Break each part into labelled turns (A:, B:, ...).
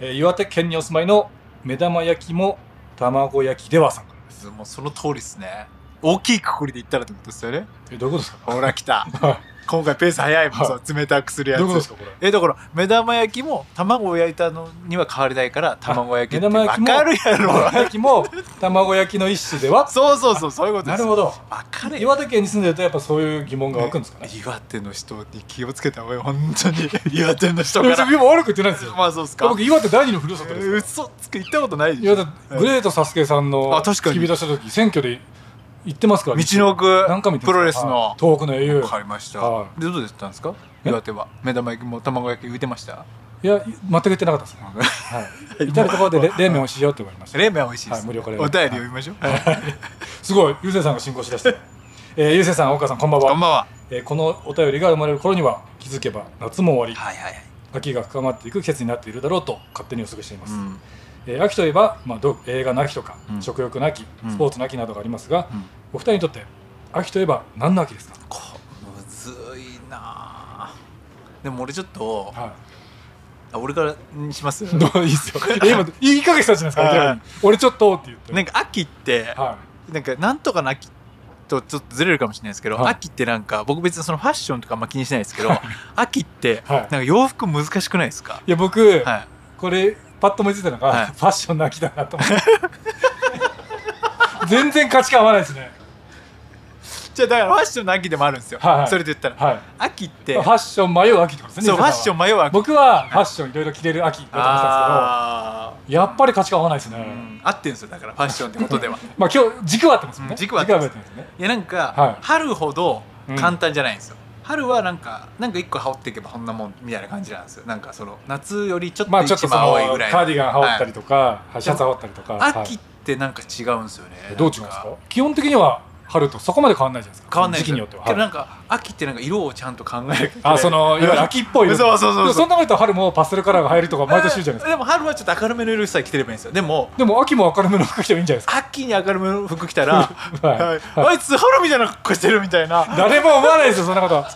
A: えー岩手県にお住まいの目玉焼きも卵焼きではさんからです。
B: もうその通りですね。大きいくくりで言ったらってことですよね。
A: え、どういうことですか
B: ほら来た
A: は。
B: 今回ペース早いもん、
A: はい
B: そう冷たくする
A: ど
B: や
A: ういうことです
B: つ。
A: かこれ。
B: え、だから、目玉焼きも卵を焼いたのには変わりないから、卵焼きって
A: 目玉焼きも
B: わかるや
A: 目玉
B: ろ。
A: 焼きも卵焼きの一種では
B: そうそうそう、そういうことで
A: な
B: す。
A: るほど。
B: わかるよ。
A: 岩手県に住んでるとやっぱそういう疑問が湧くんですかね。
B: 岩手の人に気をつけた方がいい、本当に。岩手の人か
A: 別
B: ら。
A: に今悪く言ってないですよ。
B: まあそうっすか。
A: 僕岩手第二のふるさとですから。
B: 嘘つけ、行ったことないでしょ。
A: 岩
B: 道
A: 手グレートサスケさんの
B: あ確かに
A: 付き人した時選挙で行ってますから。
B: の奥、
A: 何回も行ってます
B: プロレスの。
A: はい遠くの英雄
B: わ。かりました。
A: は
B: で、どうでしたんですか
A: え
B: 岩手は。目玉焼きも卵焼き浮いてました
A: いや全く言ってなかったですね。はい。至る所 でれ冷麺をしようって言われました。
B: 冷麺は美味しいです。
A: はい無料カレー
B: お便り読みましょう。はい
A: すごい、ゆうせいさんが進行しだした。えー、ゆうせいさん、大川さん、こんばんは。
B: こんばんは。
A: えーこのお便りが生まれる頃には、気づけば夏も終わ
B: はいはいはい。
A: り、秋が深まっていく季節になっているだろうと勝手に予測しています。
B: うん
A: えー秋といえば、まあ、ど映画の秋とか、
B: うん
A: 食欲の秋、
B: うん
A: スポーツの秋などがありますが、
B: うん
A: お二人にとって、秋といえば何の秋ですか、
B: こむずいなあでも俺ちょっと、
A: は
B: あ俺からにします
A: い、どういいですよ。 え今、言いかけしたじゃないですか明らかに、俺ちょっとって言って。
B: なんか秋って、
A: は
B: なんかなんとかの秋とちょっとずれるかもしれないですけど、
A: はい
B: 秋ってなんか僕別にそのファッションとかあんま気にしないですけど秋って
A: はい
B: なんか洋服難しくないですか
A: い、いや僕、
B: はい
A: これパッと思いついたのが、
B: はい
A: ファッションの秋だなと思って 全然価値観合わないですね
B: じゃあだからファッションの秋でもあるんですよ、
A: はいはい
B: それで言ったら、
A: はい
B: 秋って
A: ファッション迷う秋ってことです
B: そ
A: ね
B: うファッション
A: ン
B: 迷う秋
A: 僕はファッションいろいろ着れる秋だと思ってたんで
B: あ
A: すけどやっぱり価値観合わないですね、
B: ーうん合ってるんですよだからファッションってことでは
A: まあ今日軸は合ってますもんね、
B: うん軸は合ってます
A: ますね
B: いやなんか、
A: はい
B: 春ほど簡単じゃないんですよ、春はなんかなんか一個羽織っていけばこんなもんみたいな感じなんですよなんかその夏よりちょっ
A: ま
B: と
A: あちょっ
B: 一
A: とそ
B: 番
A: の
B: 青いぐらいの
A: カーディガン羽織ったりとか、
B: い
A: シャツ羽織ったりとか、
B: はい秋っ
A: は
B: てなんか違うんですよね、
A: いどう違うんですか基本的には春とそこまで変わらないじゃないですか
B: 変わんない
A: 時期によっては、
B: け
A: は
B: どないんか秋ってなんか色をちゃんと考えなきゃいけない
A: あそのいわゆる秋っぽい色
B: そうそうそうそう
A: でもそんなこと言ったら春もパステルカラーが入るとか毎年言うじゃないですか
B: うんでも春はちょっと明るめの色さえ着てればいいんですよ でも
A: でも秋も明るめの服着てもいいんじゃないですか。
B: 秋に明るめの服着たら、
A: はい
B: はいあいつ春みたいな格好してるみた いな
A: 誰も思わないですよ、そんなことは。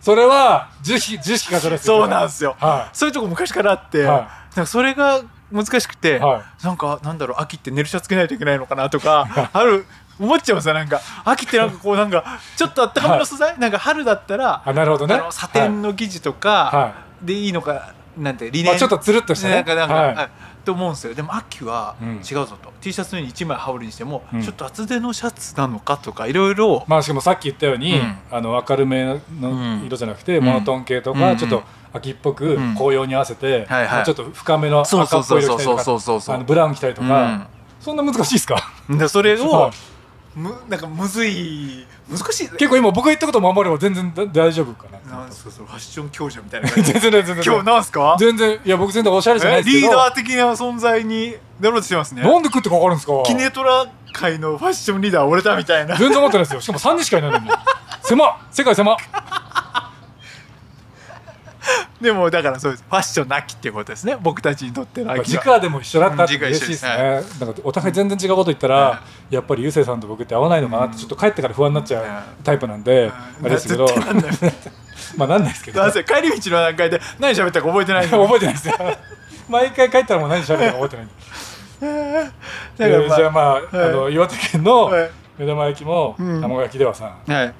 A: それは、自意識、自意識過剰ですよ。
B: そうなんですよ、
A: は
B: そういうとこ昔からあって、
A: はい
B: なんかそれが難しくて、
A: は
B: なんかなんだろう秋って寝るシャツ着ないといけないのかなとかある思っちゃうんですよなんか秋ってなんかこうなんかちょっとあったかめの素材、なんか春だったら
A: あなるほどね
B: あのサテンの生地とか
A: は
B: でいいのかなんて理
A: い。
B: 念、
A: まあ、ちょっとつるっとしたね。
B: なんかなんか、
A: はい
B: あと思うんですよでも秋は
A: うん
B: 違うぞと、T シャツのように1枚羽織るにしても、
A: うん
B: ちょっと厚手のシャツなのかとかいろいろ
A: まあ、しかもさっき言ったように、
B: うん
A: あの明るめ
B: うん
A: の色じゃなくて、モノトーン系とか、
B: うん
A: ちょっと秋っぽく
B: ん
A: 紅葉に合わせて、
B: はいはい
A: まあちょっと深めの赤
B: そう
A: っ
B: そう
A: ぽ
B: そ
A: いう色
B: そ
A: 着
B: う
A: たりと
B: そうそう
A: か
B: そう
A: あのブラウン着たりとか、そんな難しいですか
B: でそれ
A: は
B: を
A: い
B: むなんかむずい難しい
A: 結構今僕が言ったこと守れば全然だ大丈夫かな
B: なんすかそのファッション教授みたいな感 じ
A: 全然全然
B: 今日なんすか
A: 全然いや僕全然おしゃれじゃない
B: え
A: ですけど
B: リーダー的な存在になろうとしてますね
A: なんで食ってかかるんですか
B: キネトラ界のファッションリーダー俺だみたいな
A: 全然思ってないですよしかも3人しかいないのに狭っ世界狭っ
B: でもだからそうですファッションなきっていうことですね僕たちにとっての
A: まあ
B: 秋は
A: 直でも一緒だったって
B: うん直
A: 嬉しいですね、なんかお互い全然違うこと言った
B: うん
A: ら、やっぱりゆうせいさんと僕って合わないのかなってちょっと帰ってから不安になっちゃうタイプなんで、あれです けど
B: 絶対なんだよ
A: まあなんないですけど
B: なんせ帰り道の段階で何喋ったか覚えてないの
A: 覚えてないですよ毎回帰ったらもう何しゃべるか覚えてないんで、
B: だから
A: えーじゃあまあ,、
B: はい
A: あの岩手県の
B: はい
A: 目玉焼きも
B: うん
A: 卵焼きではさ、
B: はい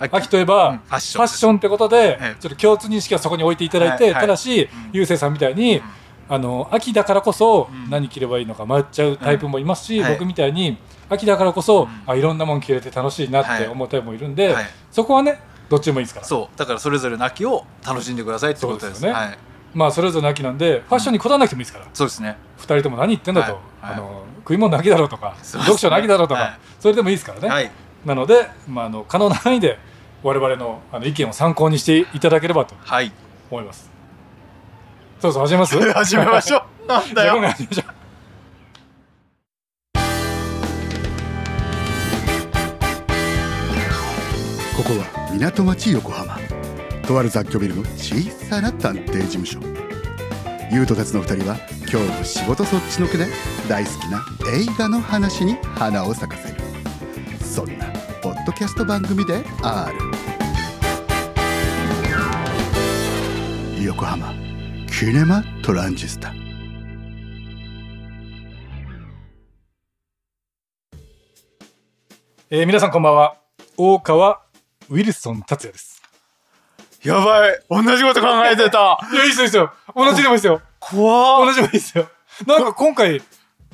A: 秋といえば、
B: うん
A: フ
B: フ
A: ァ
B: ァ
A: ッ
B: ッ
A: シ
B: シ
A: ョ
B: ョ
A: ン
B: ン
A: ってことで、
B: ええ
A: ちょっと共通認識はそこに置いていただいて、
B: はいはい
A: ただし、ゆうせいさんみたいに、あの秋だからこそ
B: ん
A: 何着ればいいのか迷っちゃうタイプもいますし、
B: うんはい
A: 僕みたいに秋だからこそ、あいろんなもん着れて楽しいなって思うタイプもいるんで、
B: はい
A: そこはねどっちでもいいですから
B: そうだからそれぞれの秋を楽しんでくださいってことです
A: そうですよね
B: はい、
A: まあそれぞれの秋なんでファッションにこだわらなくてもいいですから、
B: そうですね
A: 二人とも何言ってんだと、
B: はいはい
A: あの食い物の秋だろうとか
B: そうですね
A: 読書の秋だろうとか、
B: はい
A: それでもいいですからね、
B: はい
A: なので、まあ、あの可能な範囲で我々のあの意見を参考にしていただければと
B: はい
A: 思います。そうそう始めます
B: 始めましょうなんだ
A: じゃあ
B: よ
A: 今回始めましょう
C: ここは港町横浜とある雑居ビルの小さな探偵事務所優斗たちの2人は今日も仕事そっちのけで大好きな映画の話に花を咲かせるそんなポッドキャスト番組である横浜キネマトランジスタ
A: えー皆さんこんばんは大川ウィルソン達也です
B: やばい同じこと考えてた
A: いやいいですよ同じでもいいですよ
B: 怖
A: 同
B: っ
A: じでもいいですよなんか今回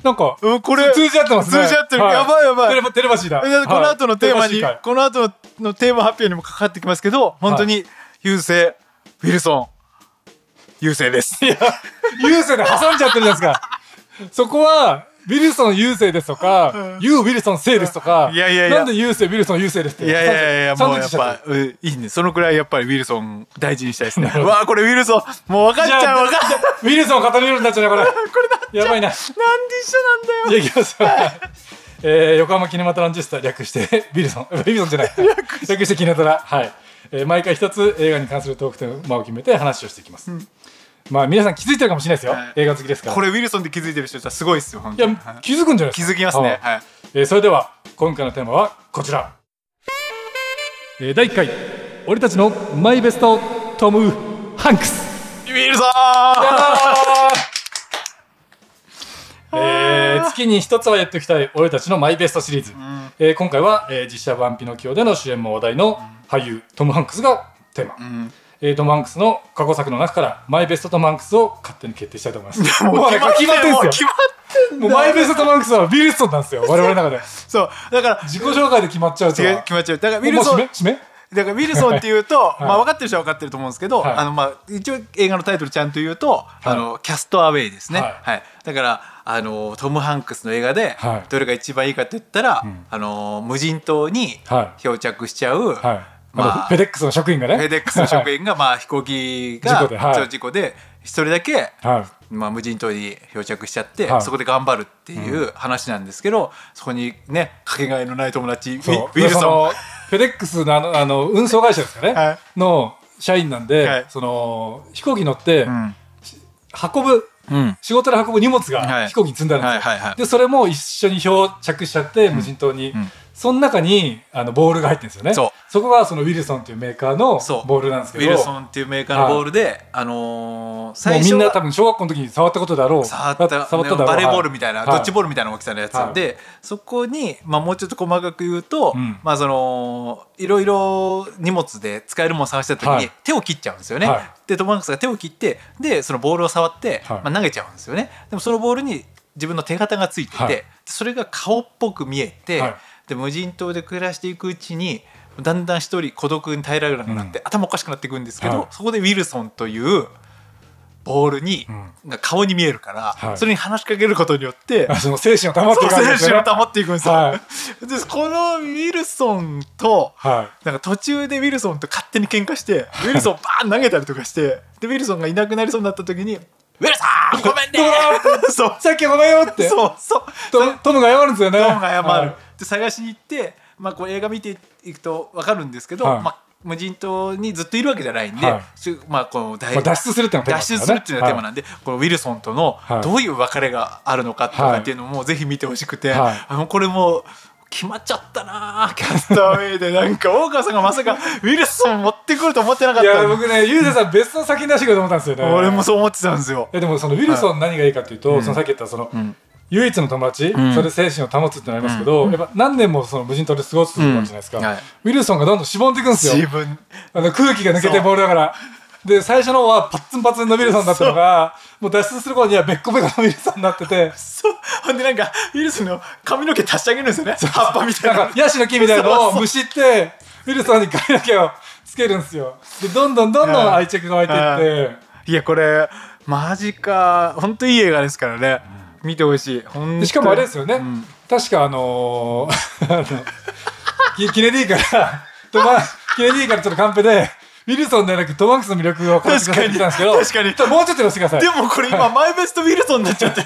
A: なんか
B: うんこれ
A: 通じ合ってますね
B: 通じ合ってる
A: はい
B: やばいやばい
A: テレパテレパシーだ
B: えだからこの後のテーマ
A: はい
B: に、
A: テレパシー会
B: この後ののテーマ発表にもかかってきますけど本当に優勢ウィルソン優勢です
A: いや、優勢で挟んじゃってるじゃないですか。そこは、ウィルソン優勢ですとか、ユー・ウィルソン勢ですとか、
B: いやいやいや
A: なんで優勢、ウィルソン優勢ですって。
B: いやいやいやいや
A: サン
B: も
A: ドイッ
B: うや
A: チ
B: っ
A: サンドイッチしちゃ
B: ぱうんいいねそのくらいやっぱりウィルソン大事にしたいですね
A: なるほど
B: わあこれウィルソンもう分かっち
A: じゃ
B: ゃ
A: あ
B: う 分かっちゃう
A: ってるウィルソンを語るようになっちゃうね、 これ。やばいな。
B: なんで一緒な んだよ
A: じゃあ行きますよ。えー横浜キネマトランジスタ略して ビルソンビルソンじゃない 略してキネトラはい、えー毎回一つ映画に関するトークテーマを決めて話をしていきます、まあ皆さん気づいてるかもしれないですよ、
B: はい
A: 映画好きですから
B: これウィルソンって気づいてる人はすごいっすよ本
A: い
B: 当に
A: や気づくんじゃないですか
B: 気づきますねはい
A: えーそれでは今回のテーマはこちら、えー第1回俺たちのマイベストトム・ハンクス
B: ウィルソン
A: えー月に一つはやっておきたい俺たちのマイベストシリーズ、えー今回は、えー実写版「ピノキオ」での主演も話題の俳優トム・ハンクスがテーマ、えートム・ハンクスの過去作の中からマイベストトム・ハンクスを勝手に決定したいと思いますもうね決まってん
B: もう
A: す
B: 決
A: よ
B: まってん
A: もうマイベストトム・ハンクスはウィルソンなんです よ我々の中で
B: そうだから
A: 自己紹介で決まっちゃうと
B: 違う
A: は
B: 決まっちゃうだからウィルソン
A: もう締め締め
B: だからウィルソンってい うと、まあ分かってる人は分かってると思うんですけど、
A: はい
B: あのまあ一応映画のタイトルちゃんと言うと、あのキャストアウェイですね。
A: は
B: はいい。だからあのトムハンクスの映画で、
A: はい
B: どれが一番いいかって言ったら、あの無人島に
A: はい
B: 漂着しちゃう、
A: はい。あ
B: まあ
A: のフェデックスの職員がね。
B: フェデックスの職
A: 員。
B: 員がまあ飛行機が
A: 事故ではい
B: そう事故で一人だけ。
A: はい。
B: まあ、無人島に漂着しちゃって、
A: はい
B: そこで頑張るっていう話なんですけど、そこにねかけがえのない友達ウィ
A: そう
B: ウィル
A: そ
B: ソ
A: のフェデックスのあのあの運送会社ですかね、
B: はい
A: の社員なんで、
B: はい
A: その飛行機乗って、
B: ン、うん
A: 運ぶ
B: うん、
A: 仕事で運ぶ荷物
B: は
A: が
B: い
A: 飛行機に積んだんですよ、
B: はいはいはい
A: でそれも一緒に漂着しちゃって無人島に、
B: ん
A: その中にあのボールが入ってるんですよね
B: そう
A: こがそのウィルソンというメーカーの
B: そう
A: ボールなんです
B: ウ
A: けど
B: ィルソンっていうメーカーのボールで、あのー
A: も
B: 最
A: うみ
B: 初
A: んな
B: は
A: 多分小学校の時に触ったことだろう
B: 触った
A: 触っただろう
B: バレーボールみたいな、
A: は
B: ドッジボールみたいな大きさのやつ、
A: はい
B: でそこに、まあ、もうちょっと細かく言うと、
A: うん
B: まあ、そのいろいろ荷物で使えるものを探した時に、
A: はい
B: 手を切っちゃうんですよね。
A: はい
B: でトム・ハンクスが手を切ってでそのボールを触って、
A: はい
B: まあ、投げちゃうんですよね。でもそのボールに自分の手形がついてて、
A: はい
B: でそれが顔っぽく見えて、
A: はい
B: で無人島で暮らしていくうちにだんだん一人孤独に耐えられなくなって、頭おかしくなっていくんですけど、
A: はい
B: そこでウィルソンというボールに、が顔に見えるから、
A: はい
B: それに話しかけることによ って
A: あその精神を保って
B: そ
A: いうかない
B: 選
A: と
B: 手を保っていくんですよ、
A: は
B: でこのウィルソンと
A: はい
B: なんか途中でウィルソンと勝手に喧嘩してウィルソンバーン投げたりとかしてでウィルソンがいなくなりそうになった時 に「ウィルソンごめんね!」 そう
A: さっきごめんよって
B: そうそう
A: トムトムが謝るんですよね
B: トムが謝る、
A: はい
B: で探しに行って、まあ、こう映画見ていくと分かるんですけど、
A: はい
B: まあ、無人島にずっといるわけじゃないんで、
A: はい
B: しまあ、この大
A: まあ脱出するっていうのがテーマで
B: 脱
A: す
B: 出
A: か
B: す
A: ら
B: る
A: ね
B: っていうのがテーマなんで、このウィルソンとの
A: はい
B: どういう別れがあるのかとかっていうのもぜひ見てほしくて、
A: はい
B: あのこれも決まっちゃったなあキャストアウェイでなんか大川さんがまさかウィルソン持ってくると思ってなかっ
A: いや
B: たんで
A: 僕ね、ゆうせいさん別の先に出してくると思ったんですよね。
B: 俺もそう思ってたんですよ
A: い。やでもそのウィルソン何がいいかというと、そのさっき言ったその、唯一の友達、
B: ん
A: それで精神を保つってのありますけど、やっぱ何年もその無人島で過ごすわけじゃないですか、
B: うんはい
A: ウィルソンがどんどんしぼんでいくんですよ
B: 自分
A: あの空気が抜けてボールだからで最初の方はパッツンパツンのウィルソンだったのがもう脱出する頃にはべっこべこのウィルソンになって て
B: そうほんでなんかウィルソンの髪の毛足してあげるんですよね葉っぱみた
A: ないん
B: な
A: かヤシの木みたいなのを
B: そうそう
A: むしってウィルソンに髪の毛をつけるんですよでどんどんどんどん愛着が湧いていって。
B: いやこれマジか本当いい映画ですからね、見てほしいほんと
A: でしかもあれですよね、
B: ん
A: 確かあのー あのキキネディからトマキネディからちょっとカンペでウィルソンではなくトマンクスの魅力を語ってくださいって言ったんですけど
B: 確かに確か
A: にもうちょっと寄せてください
B: でもこれ今マイベストウィルソンになっちゃって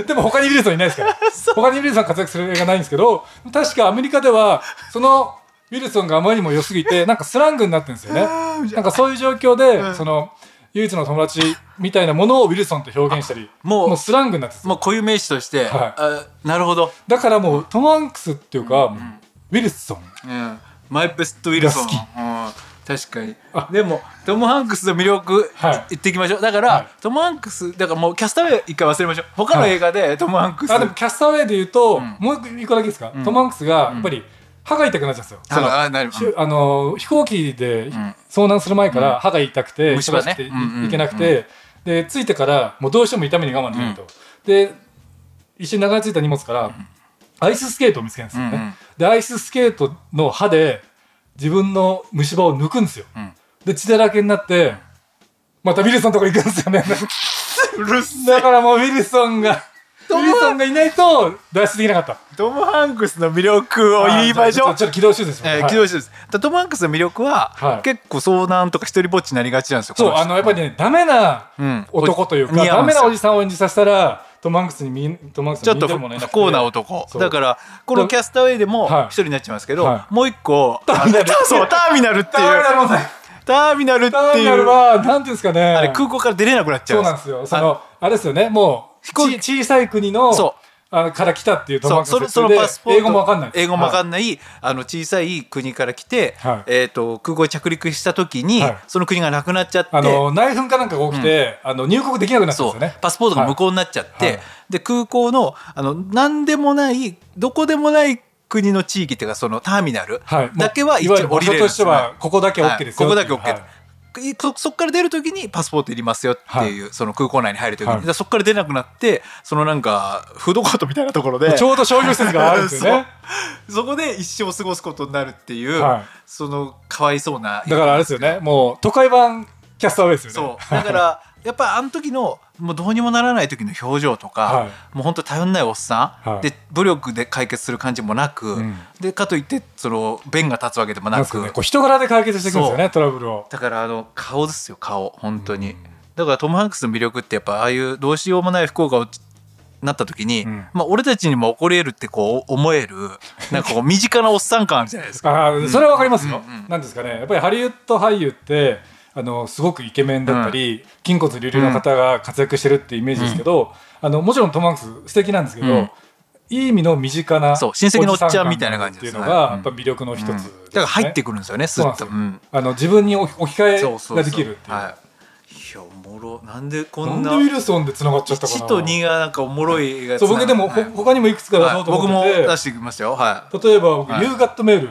B: る
A: でも他にウィルソンいないですから他にウィルソン活躍する映画ないんですけど確かアメリカではそのウィルソンがあまりにも良すぎてなんかスラングになってるんですよねなんかそういう状況で、その唯一の友達みたいなものをウィルソンって表現したり
B: あもう
A: もうスラングになってるんですよ
B: もう固有名詞とし
A: は
B: て、
A: い
B: あなるほど、
A: だからもうトム・ハンクスっていうか、ウィルソン
B: うん、マイベストウィルソン
A: が好き
B: うん確かに
A: あ
B: でもトム・ハンクスの魅力、
A: はい
B: 言っていきましょうだから、
A: はい
B: トム・ハンクスだからもうキャスターウェイ一回忘れましょう他の映画でトム・ハンクス、
A: あでもキャスターウェイで言うと、もう一個だけですか、トム・ハンクスがやっぱり歯が痛くなっちゃうんですよ。その
B: ああなる
A: しゅあの飛行機で遭難する前から歯が痛くて
B: 虫歯
A: 忙
B: ね
A: しくてい
B: うんうん
A: いけなくてで着いてからもうどうしても痛みに我慢できないとで一緒に流れ着いた荷物からアイススケートを見つけるんですよ
B: うんうん
A: ねでアイススケートの歯で自分の虫歯を抜くんですよ
B: ん
A: で血だらけになってまたウィルソンのとこ行くんですよね
B: うるせ
A: だからもうウィルソン がウィルソンがいないと脱出できなかった
B: トム・ハンクスの魅力を言いましょ
A: あ
B: う
A: じゃあちょっと軌道手術しま
B: え
A: す
B: ー、
A: はい
B: 軌道手術だからトム・ハンクスの魅力は、
A: はい
B: 結構遭難とか一人ぼっちになりがちなんですよ
A: そう、
B: こ人
A: あの、やっぱりね、ダメな
B: うん
A: 男というか、
B: 似合
A: ダ
B: うんで
A: メ
B: すよ
A: なおじさんを演じさせたら、トム・ハンクスにみ、トム・ハンクス
B: ちょっ
A: に似
B: と
A: てるものいな
B: 不
A: くて
B: 幸な男
A: そう
B: だからこのキャスターウェイでも
A: はい
B: 一人になっちゃいますけど、
A: はい
B: もう一個
A: ターミナル
B: そうターミナルって
A: ダメ
B: いう
A: だろうね
B: ターミナルって
A: ダメだ
B: いう
A: ろうななんていうんですかね。
B: あれ空港から出れなくなっちゃ
A: そううなんですよ。その、あれですよね、もう、
B: 飛行機
A: ち小さい国の、
B: そう
A: あのから来たっていうトム・ハン
B: そう
A: クス
B: そ
A: の
B: れ
A: 設
B: その
A: 定で
B: パスポート
A: 英語もわかんない。
B: 英語もわか
A: ない。
B: んない、あの小さい国から来て、
A: はい
B: えー、と空港に着陸した時に、
A: はい
B: その国がなくなっちゃって
A: あの、内紛かなんかが起きて、あの、入国できなくなったんです
B: そう
A: よね。
B: パスポートが無効になっちゃって、
A: はいはい
B: で空港のあの何でもないどこでもない国の地域っていうかそのターミナル
A: はい。もう
B: だけは一
A: いわゆる
B: 応降
A: 場
B: りれ
A: 所
B: るん
A: と
B: で
A: し
B: す
A: て
B: よ
A: は、ここだけ OK です
B: こ
A: よ
B: こ
A: ってい
B: だ
A: う。
B: け OK、
A: はい
B: いそそこから出る時にパスポートいりますよっていう、その空港内に入る時に、
A: はい
B: だからそこから出なくなってそのなんかフードコートみたいなところ で
A: ちょうど商業施設があるんですよね。
B: そうそこで一生過ごすことになるっていう、
A: はい
B: そのかわい そうな
A: だからあれですよね、もう都会版キャスターウェイですよね。
B: そうだから やっぱあの時のもうどうにもならない時の表情とか、
A: はい
B: もう本当頼んないおっさん、
A: はい
B: で武力で解決する感じもなく、
A: ん
B: でかといってその弁が立つわけでも
A: なん
B: な
A: ですか
B: く
A: ね、こう人柄で解決していくんですよね、トラブルを。
B: だからあの顔ですよ顔本当に、だからトム・ハンクスの魅力ってやっぱああいうどうしようもない不幸が落ちなった時に、
A: ん
B: まあ、俺たちにも起こり得るってこう思えるなん かこう身近なおっさん感あるじゃないですか。
A: ああ、それはわかりますよ
B: うんうん。
A: なんですかね、やっぱりハリウッド俳優って、あのすごくイケメンだったり、筋骨隆々な方が活躍してるってイメージですけど、あのもちろんトム・ハンクス素敵なんですけど、
B: うん
A: いい意味の身近な
B: そう親戚のおっちゃんみたいな感じ
A: って
B: で
A: いう
B: すね
A: のがやっぱ魅力の一つですね、
B: だから入って
A: く
B: くるんですよね、ス
A: そうなん
B: ッ
A: です
B: と。
A: よ、
B: うん
A: あの自分に置き置き
B: そう
A: 換
B: そ
A: え
B: うそう
A: ができるっていう
B: はい、いやおもろなんでこ
A: なんんで
B: な
A: ウィルソンでつながっちゃったかな
B: 1と2がなんかおもろい映画
A: そう僕でも、
B: は
A: ほ
B: い
A: 他にもいくつか出そうと
B: 僕
A: 思っ
B: も
A: てて、
B: 出してきましたよはい
A: 例えば僕「
B: はい
A: 夕方メール」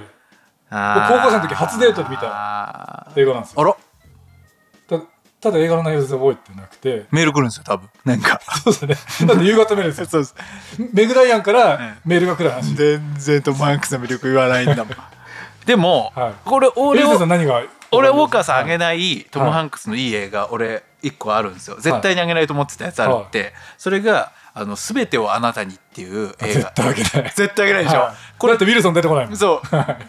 B: あー
A: 高校生の時初デートで見た
B: あ
A: 映画なんですよ
B: ら
A: たただ映画の内容全然覚えてなくて
B: メール来るんですよ多分な んか
A: そうですねだって夕方メールですよ
B: そうです
A: メグダイアンか
B: うん
A: らメールが来る話、
B: 全然トム・ハンクスの魅力言わないんだもん でも、
A: はい
B: これ
A: エ
B: 俺
A: リ
B: を
A: ザさん何が
B: 俺ウォーカーさんあげ
A: な
B: ないトム・ハンクスのいい映画、俺一個あるんですよ絶対にあげないと思ってたやつあるって、それがあの「すべてをあなたに」っていう映
A: 絶
B: 画
A: 対あげない
B: 絶対あげないでしょ、
A: はいこれだってウィルソン出てこないもん
B: そ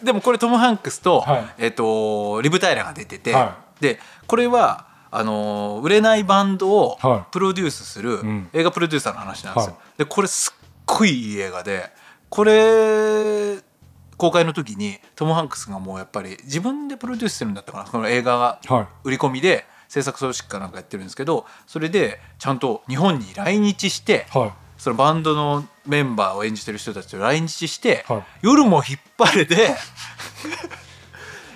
B: う。でもこれトム・ハンクスと、
A: はい
B: えっ、とリブ・タイラーが出てて、
A: は
B: でこれはあのー売れないバンドを
A: はい
B: プロデュースする、
A: ん
B: 映画プロデューサーの話なんですよ。
A: は
B: でこれすっごいいい映画でこれ公開の時にトム・ハンクスがもうやっぱり自分でプロデュースしてるんだったかなこの映画が
A: はい
B: 売り込みで制作組織かなんかやってるんですけどそれでちゃんと日本に来日して、
A: は
B: そのバンドのメンバーを演じてる人たちと来日して、
A: はい
B: 夜も引っ張 れで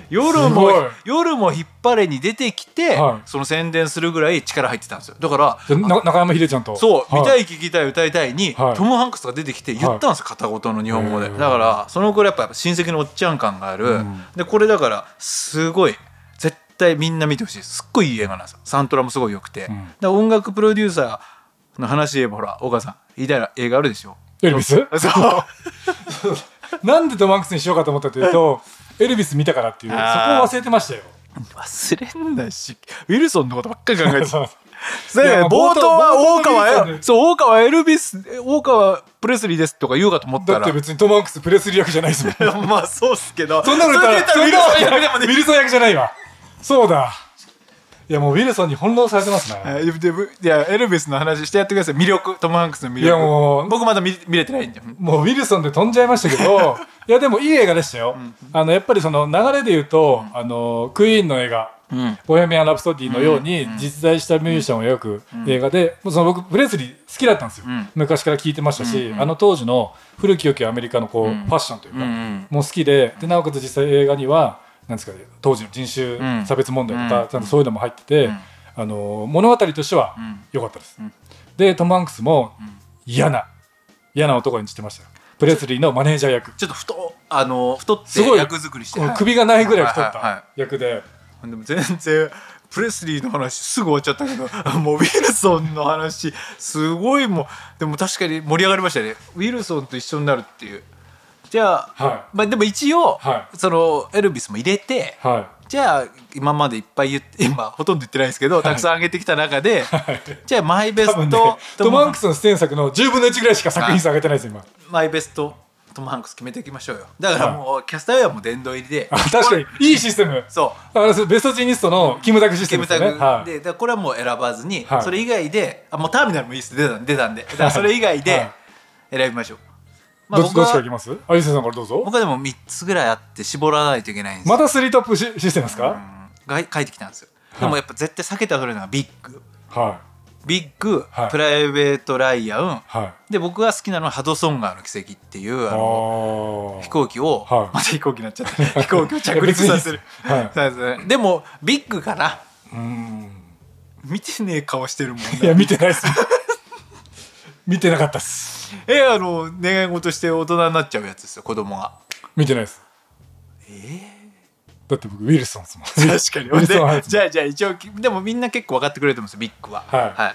B: 夜
A: すご
B: も
A: い
B: 夜も引っ張れに出てきて、
A: はい
B: その宣伝するぐらい力入ってたんですよだから
A: いじゃな中山秀ちゃんと
B: そう、
A: はい
B: 見たい聞きたい歌いたいに、
A: はい
B: トム・ハンクスが出てきて言ったんですよ、片言の日本語で
A: へ
B: だ
A: ー
B: からそのぐらいやっぱやっぱ親戚のおっちゃん感がある、
A: うん
B: でこれだからすごい絶対みんな見てほしいすっごいいい映画なんですよサントラもすごい良くて、
A: ん
B: だから音楽プロデューサーの話で言えばほら岡さん言いたいな映画あるでしょ
A: エルビ ス
B: そう
A: なんでトム・ハンクスにしようかと思ったというとエルビス見たからっていうそこを
B: あー
A: 忘れてましたよ
B: 忘れんなしウィルソンのことばっかり考えて た
A: いや
B: 冒
A: 冒頭
B: 頭は
A: 冒
B: 大
A: 頭のウィルソン
B: 川
A: で
B: そう大川エルビス大川プレスリーですとか言うかと思った
A: だっ
B: ら
A: て別にトム・ハンクスプレスリー役じゃないですもん
B: まあそうっすけど
A: そんなの言ったら、
B: そ
A: そ
B: れ
A: ん
B: で
A: な
B: 言
A: の
B: ったらウ
A: 言ったら
B: ィルソン役でもね
A: ウィルソン役じゃないわ。そうだ。いやもうウィルソンに翻弄されてますね。
B: えーでぶいやエルビスの話してやってください魅力トム・ハンクスの魅力
A: いやもう
B: 僕まだ見見れてないんで
A: もうウィルソンで飛んじゃいましたけ ど、いやでもいい映画でしたよ。あのやっぱりその流れで言うと、あのクイーンの映画。
B: ん
A: ボヘミアン・ラプソディのように実在したミュージシャンを描く映画で、もうその僕プレスリー好きだったんですよ、
B: ん
A: 昔から聴いてましたし、あの当時の古き良きアメリカのこう、ファッションというか、
B: ん
A: もう好きででなおかつ実際映画にはなんですかね当時の人
B: う
A: 種
B: ん
A: 差別問題とか、
B: うん
A: ちゃんとそういうのも入ってて、
B: ん
A: あの物語としては
B: ん
A: 良かったです、
B: ん
A: でトム・ハンクスも嫌な嫌な男にしてましたよプレスリーのマネージャー役
B: ちょっと太あの太っ
A: す
B: て
A: ごい
B: 役作りして
A: こう首がないぐらい太っ
B: はいはいは
A: た役で
B: でも全然プレスリーの話すぐ終わっちゃったけど もうウィルソンの話すごいもうでも確かに盛り上がりましたねウィルソンと一緒になるっていうじゃあ、
A: は
B: まあ、でも一応、
A: は
B: そのエルビスも入れて、
A: は
B: じゃあ今までいっぱい言って今ほとんど言ってないですけど、たくさん上げてきた中で、じゃあマイベ
A: い多
B: スト、
A: 分ねトム・ハンクスの出演作の10分の1ぐらいしか作品数上げてないですよ今
B: マイベストトム・ハンクス決めていきましょうよだからもう、キャスターウェアも殿堂入りで
A: あ確かにいいシステム
B: そう
A: あのベストジーニストのキムタクシス
B: キ
A: テム
B: ム
A: です
B: タ
A: よ
B: ク
A: ね
B: で,、
A: はい
B: だからこれはもう選ばずに、
A: はい
B: それ以外であもうターミナルもいいです出た出たんでだからそれ以外
A: は
B: で
A: い
B: 選びましょう、まあ、
A: どっち
B: 僕
A: どっちからい
B: は
A: きますあゆうせいさんからどうぞ
B: 僕はでも3つぐらいあって絞らないといけないんです
A: またスリートアップシシステムですか、
B: が書いてきたんですよでもやっぱ絶対避けては取れないのがビッグ
A: は
B: ビッグ、
A: はい
B: プライベート・ライアン
A: いはい
B: で僕が好きなのはハドソン川の奇跡っていうあ
A: あ
B: の
A: ー
B: 飛行機を、
A: はい
B: また飛行機になっちゃった飛行機を着陸させる、
A: いや別にいいですはい
B: そうですねでもビッグかな
A: うん
B: 見てねえ顔してるもん
A: い
B: ね
A: や見てないっす見てなかったっす
B: えあの願い事して大人になっちゃうやつですよ子 供が
A: 見てないっす
B: え
A: だって僕ウィルソンですもんい
B: 確か
A: 嘘
B: にで
A: はい
B: じゃあじゃあ一応きでもみんな結構分かってくれてますよビッグは
A: はい
B: はい、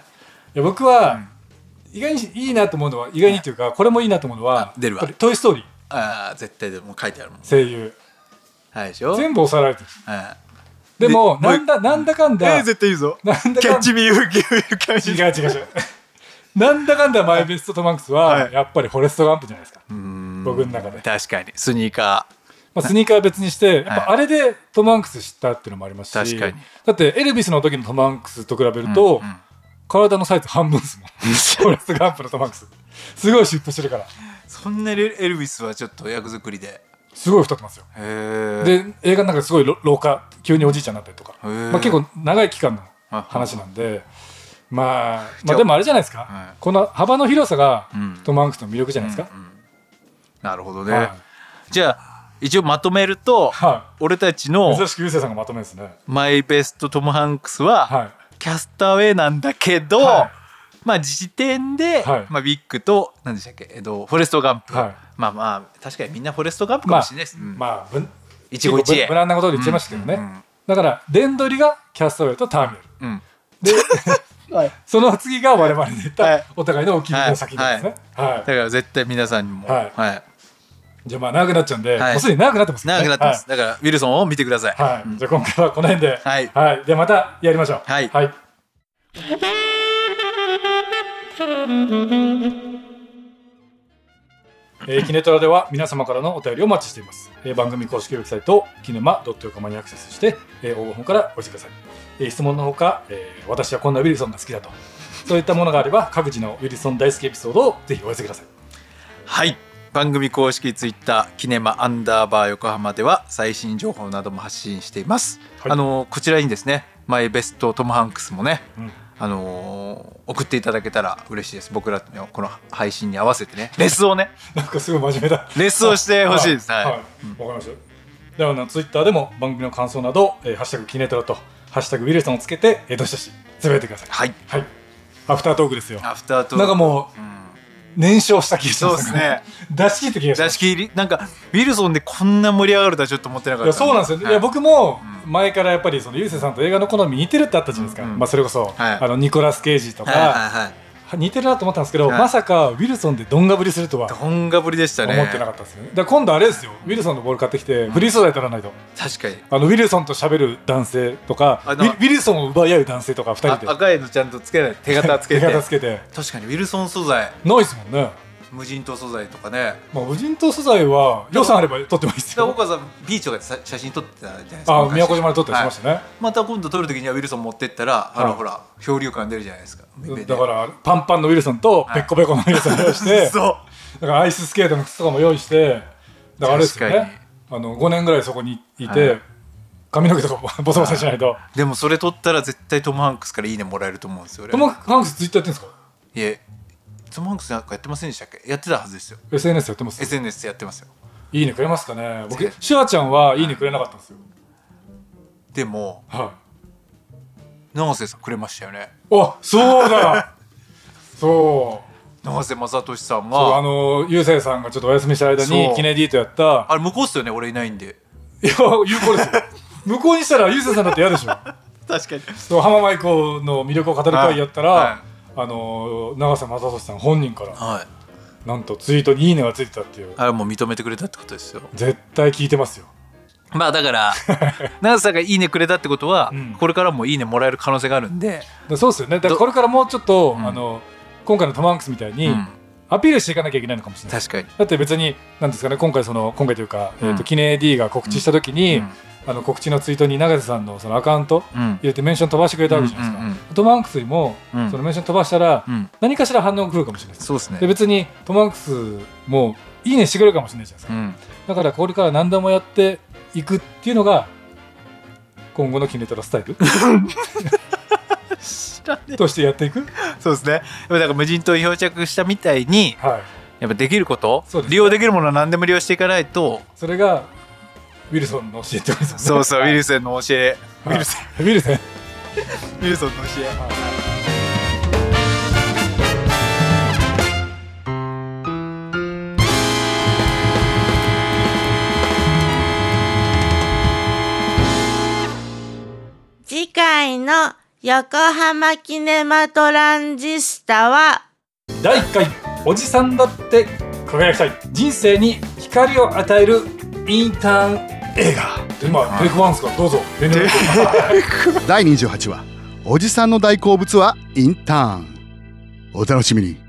A: や僕は意外にいいなと思うのは意外にっていうかこれもいいなと思うのは
B: あ出るわ
A: やっぱりトイ・ストーリー
B: ああ絶対でもう書いてあるもん
A: 声優
B: はいでしょ
A: 全部抑えられてる
B: はい
A: でも
B: で
A: なんだなんだかんだ
B: えー絶対いいぞ
A: なんだかんだ
B: キャッチミーユーキュー感じ
A: 違う違う違 うなんだかんだマイベストトマンクスは
B: はい
A: やっぱりフォレスト・ガンプじゃないですか僕の中で、
B: 確かにスニーカ
A: まあ、スニーカーは別にしてやっ
B: はい
A: ぱあれでトム・ハンクス知ったっていうのもありますし
B: 確かに
A: だってエルビスの時のトム・ハンクスと比べると、
B: うんうん
A: 体のサイズ半分です もんフォレスト・ガンプのトム・ハンクスすごいシュッとしてるから
B: ーそんなエルエルヴィスはちょっと役作りで
A: すごい太ってますよ
B: へえ
A: で映画の中ですごい老老化急におじいちゃんになったりとか、
B: へー
A: まあ、結構長い期間の話なんでまあ、まあ、でもあれじゃないですか、
B: はい
A: この幅の広さが
B: うん
A: トム・ハンクスの魅力じゃないですか、
B: なるほどね、
A: は
B: じゃあ一応まとめると、
A: は
B: 俺たち
A: い、
B: の
A: 珍しくゆうせいさんがまとめですね
B: マイベストトム・ハンクスは、
A: は
B: キャスターウェイなんだけど、
A: は
B: まあ時点で、
A: はい
B: まあ、ビッグと何でしたっけ、えっと、フォレスト・ガンプ、
A: はい
B: まあまあ確かにみんなフォレスト・ガンプ
A: い
B: か
A: ま
B: も
A: あ
B: しれないです、うん
A: まあぶん
B: 一期一会
A: 結構ぶ無難なことで言っちゃいましたけどね、
B: うんうんうん
A: だから電取りがキャストウェイとターミナル
B: うん
A: その次が我々で言っ
B: は
A: た
B: い
A: お互いのお気に入りの先なんですね、はい
B: だから絶対皆さんにも、
A: はいじゃあまあ長くなっちゃうんで、
B: はい
A: もうすでに長くなってますね
B: 長くなってます、だからウィルソンを見てください、
A: はい、はいじゃあ今回はこの辺では
B: はい
A: はい、でまたやりましょう
B: はい
A: はいえーキネトラでは皆様からのお便りをお待ちしています、えー番組公式ウェブサイトキネマドットヨコマにアクセスして、えー応募本からお寄せください、えー質問のほか、えー私はこんなウィルソンが好きだとそういったものがあれば各自のウィルソン大好きエピソードをぜひお寄せください
B: はい番組公式ツイッターキネマアンダーバー横浜では最新情報なども発信しています、
A: はい
B: あのこちらにですねマイベストトム・ハンクスもね、
A: うん
B: あのー送っていただけたら嬉しいです僕らのこの配信に合わせてねレスをね
A: なんかすごい真面目だ
B: レスをしてほしいですはい、
A: わ、かりました。ではあのツイッターでも番組の感想など、えーハッシュタグキネトラとハッシュタグウィルソンをつけて、えーどしどしつぶやいてください。
B: はい
A: はい。アフタートークですよ。
B: アフタートーク
A: なんかもう燃焼した気がし
B: そう
A: ま
B: ですす。ね
A: 出し切った気がしま
B: 座
A: す。
B: 敷入りなんかウィルソンでこんな盛り上がるとはちょっと思ってなか
A: い
B: っ
A: や
B: た
A: そうなんですよ、ねい、や僕も前からやっぱりそのゆうせいさんと映画の好み似てるってあったじゃないですか、
B: うんうん
A: まあ、それこそ、
B: はい
A: あのニコラス・ケイジとか、
B: はいはいはい
A: 似てるなと思ったんですけど、
B: はい
A: まさかウィルソンでどんがぶりするとは
B: どんがぶりでしたね
A: 思ってなかったですよねだから今度あれですよウィルソンのボール買ってきてフリー素材取らないと、
B: 確かに
A: あのウィルソンと喋る男性とかウ
B: あ
A: ィ
B: なん
A: ウィルソンを奪い合う男性とか2
B: あ
A: 人で
B: 赤いのちゃんとつけない手形つけて
A: 手形つけて
B: 確かにウィルソン素材
A: ないですもんね、
B: 無人島素材とかね
A: まあ、無人島素材は予算あれば撮ってもいいです
B: 北
A: よ
B: 岡さんビーチとかでさ写真撮ってたじゃないですか
A: あ
B: 昔
A: 宮古島で撮ったりしましたね、
B: また今度撮る時にはウィルソン持ってったらあ
A: は
B: の
A: い
B: ほら漂流感出るじゃないですか目で
A: だからパンパンのウィルソンとペッコペコのウィルソンを用意 して、
B: そう
A: だからアイススケートの靴とかも用意してだからあれですよ
B: 確か
A: ねあの5年ぐらいそこにいて、髪の毛とかボサボサしないと、
B: でもそれ撮ったら絶対トム・ハンクスからいいねもらえると思うんですよ俺
A: トム・ハンクスツイッターやってるんですか
B: いえトム・ハンクスなんかやってませんでしたっけやってたはずですよ
A: SNS やってます
B: SNS やってますよ
A: いいねくれますかね僕
B: ぜ
A: シュワちゃんはいいねくれなかったんですよ
B: でも
A: は
B: 永瀬さんくれましたよね
A: い。あ、そう だそう。
B: 永瀬正俊さん
A: そうあ
B: が
A: の、ゆうせいさんがちょっとお休みした間
B: そ
A: に、
B: う
A: キネディーとやった、
B: あれ向こうっすよね俺いないんで
A: いや、有効ですよ。 向こうにしたら、ゆうせいさんだって嫌でしょ。
B: 確かに
A: そう浜舞子の魅力を語る会やったら、
B: はい
A: あのー長瀬正俊さん本人から
B: はい
A: なんとツイートに「いいね」がついてたっていう
B: あれもう認めてくれたってことですよ
A: 絶対聞いてますよ
B: まあだから 永瀬さんが「いいね」くれたってことは、
A: うん
B: これからも「いいね」もらえる可能性があるんで、
A: でそうですよねだからこれからもうちょっと、
B: うん
A: あの今回のトマンクスみたいに、
B: うん
A: アピールしていかなきゃいけないのかもしれない
B: 確かに
A: だって別になんですかね今回その今回というか、
B: うん
A: えー、とキネ D が告知した時に、
B: うん
A: あの告知のツイートに永瀬さんのそのアカウント
B: うん
A: 入れてメンション飛ばしてくれたわけじゃないですか、
B: うんうん
A: トマンクスにも、
B: うん
A: そのメンション飛ばしたら、
B: うん
A: 何かしら反応が来るかもしれないです
B: そうです
A: で
B: ね
A: 別にトマンクスもいいねしてくれるかもしれないじゃないです
B: う
A: か、だ
B: ん
A: からこれから何でもやっていくっていうのが今後のキネトラスタイ ルとしてやっていく
B: そうですねやっぱだから無人島に漂着したみたいに
A: はい
B: やっぱできること、
A: そうですね
B: 利用できるものは何でも利用していかないと
A: それがウィルソンの教えってこと ですよね
B: そう そうウィルソンの教えウ
A: はい
B: ィルソン
A: ウィルソン
B: ウィルソンの教え
D: 次回の横浜キネマトランジスタは
A: 第1回おじさんだって輝きたい人生に光を与えるインターン映画今テイクワンですからどうぞ遠慮なく
C: 第28話「おじさんの大好物はインターン」お楽しみに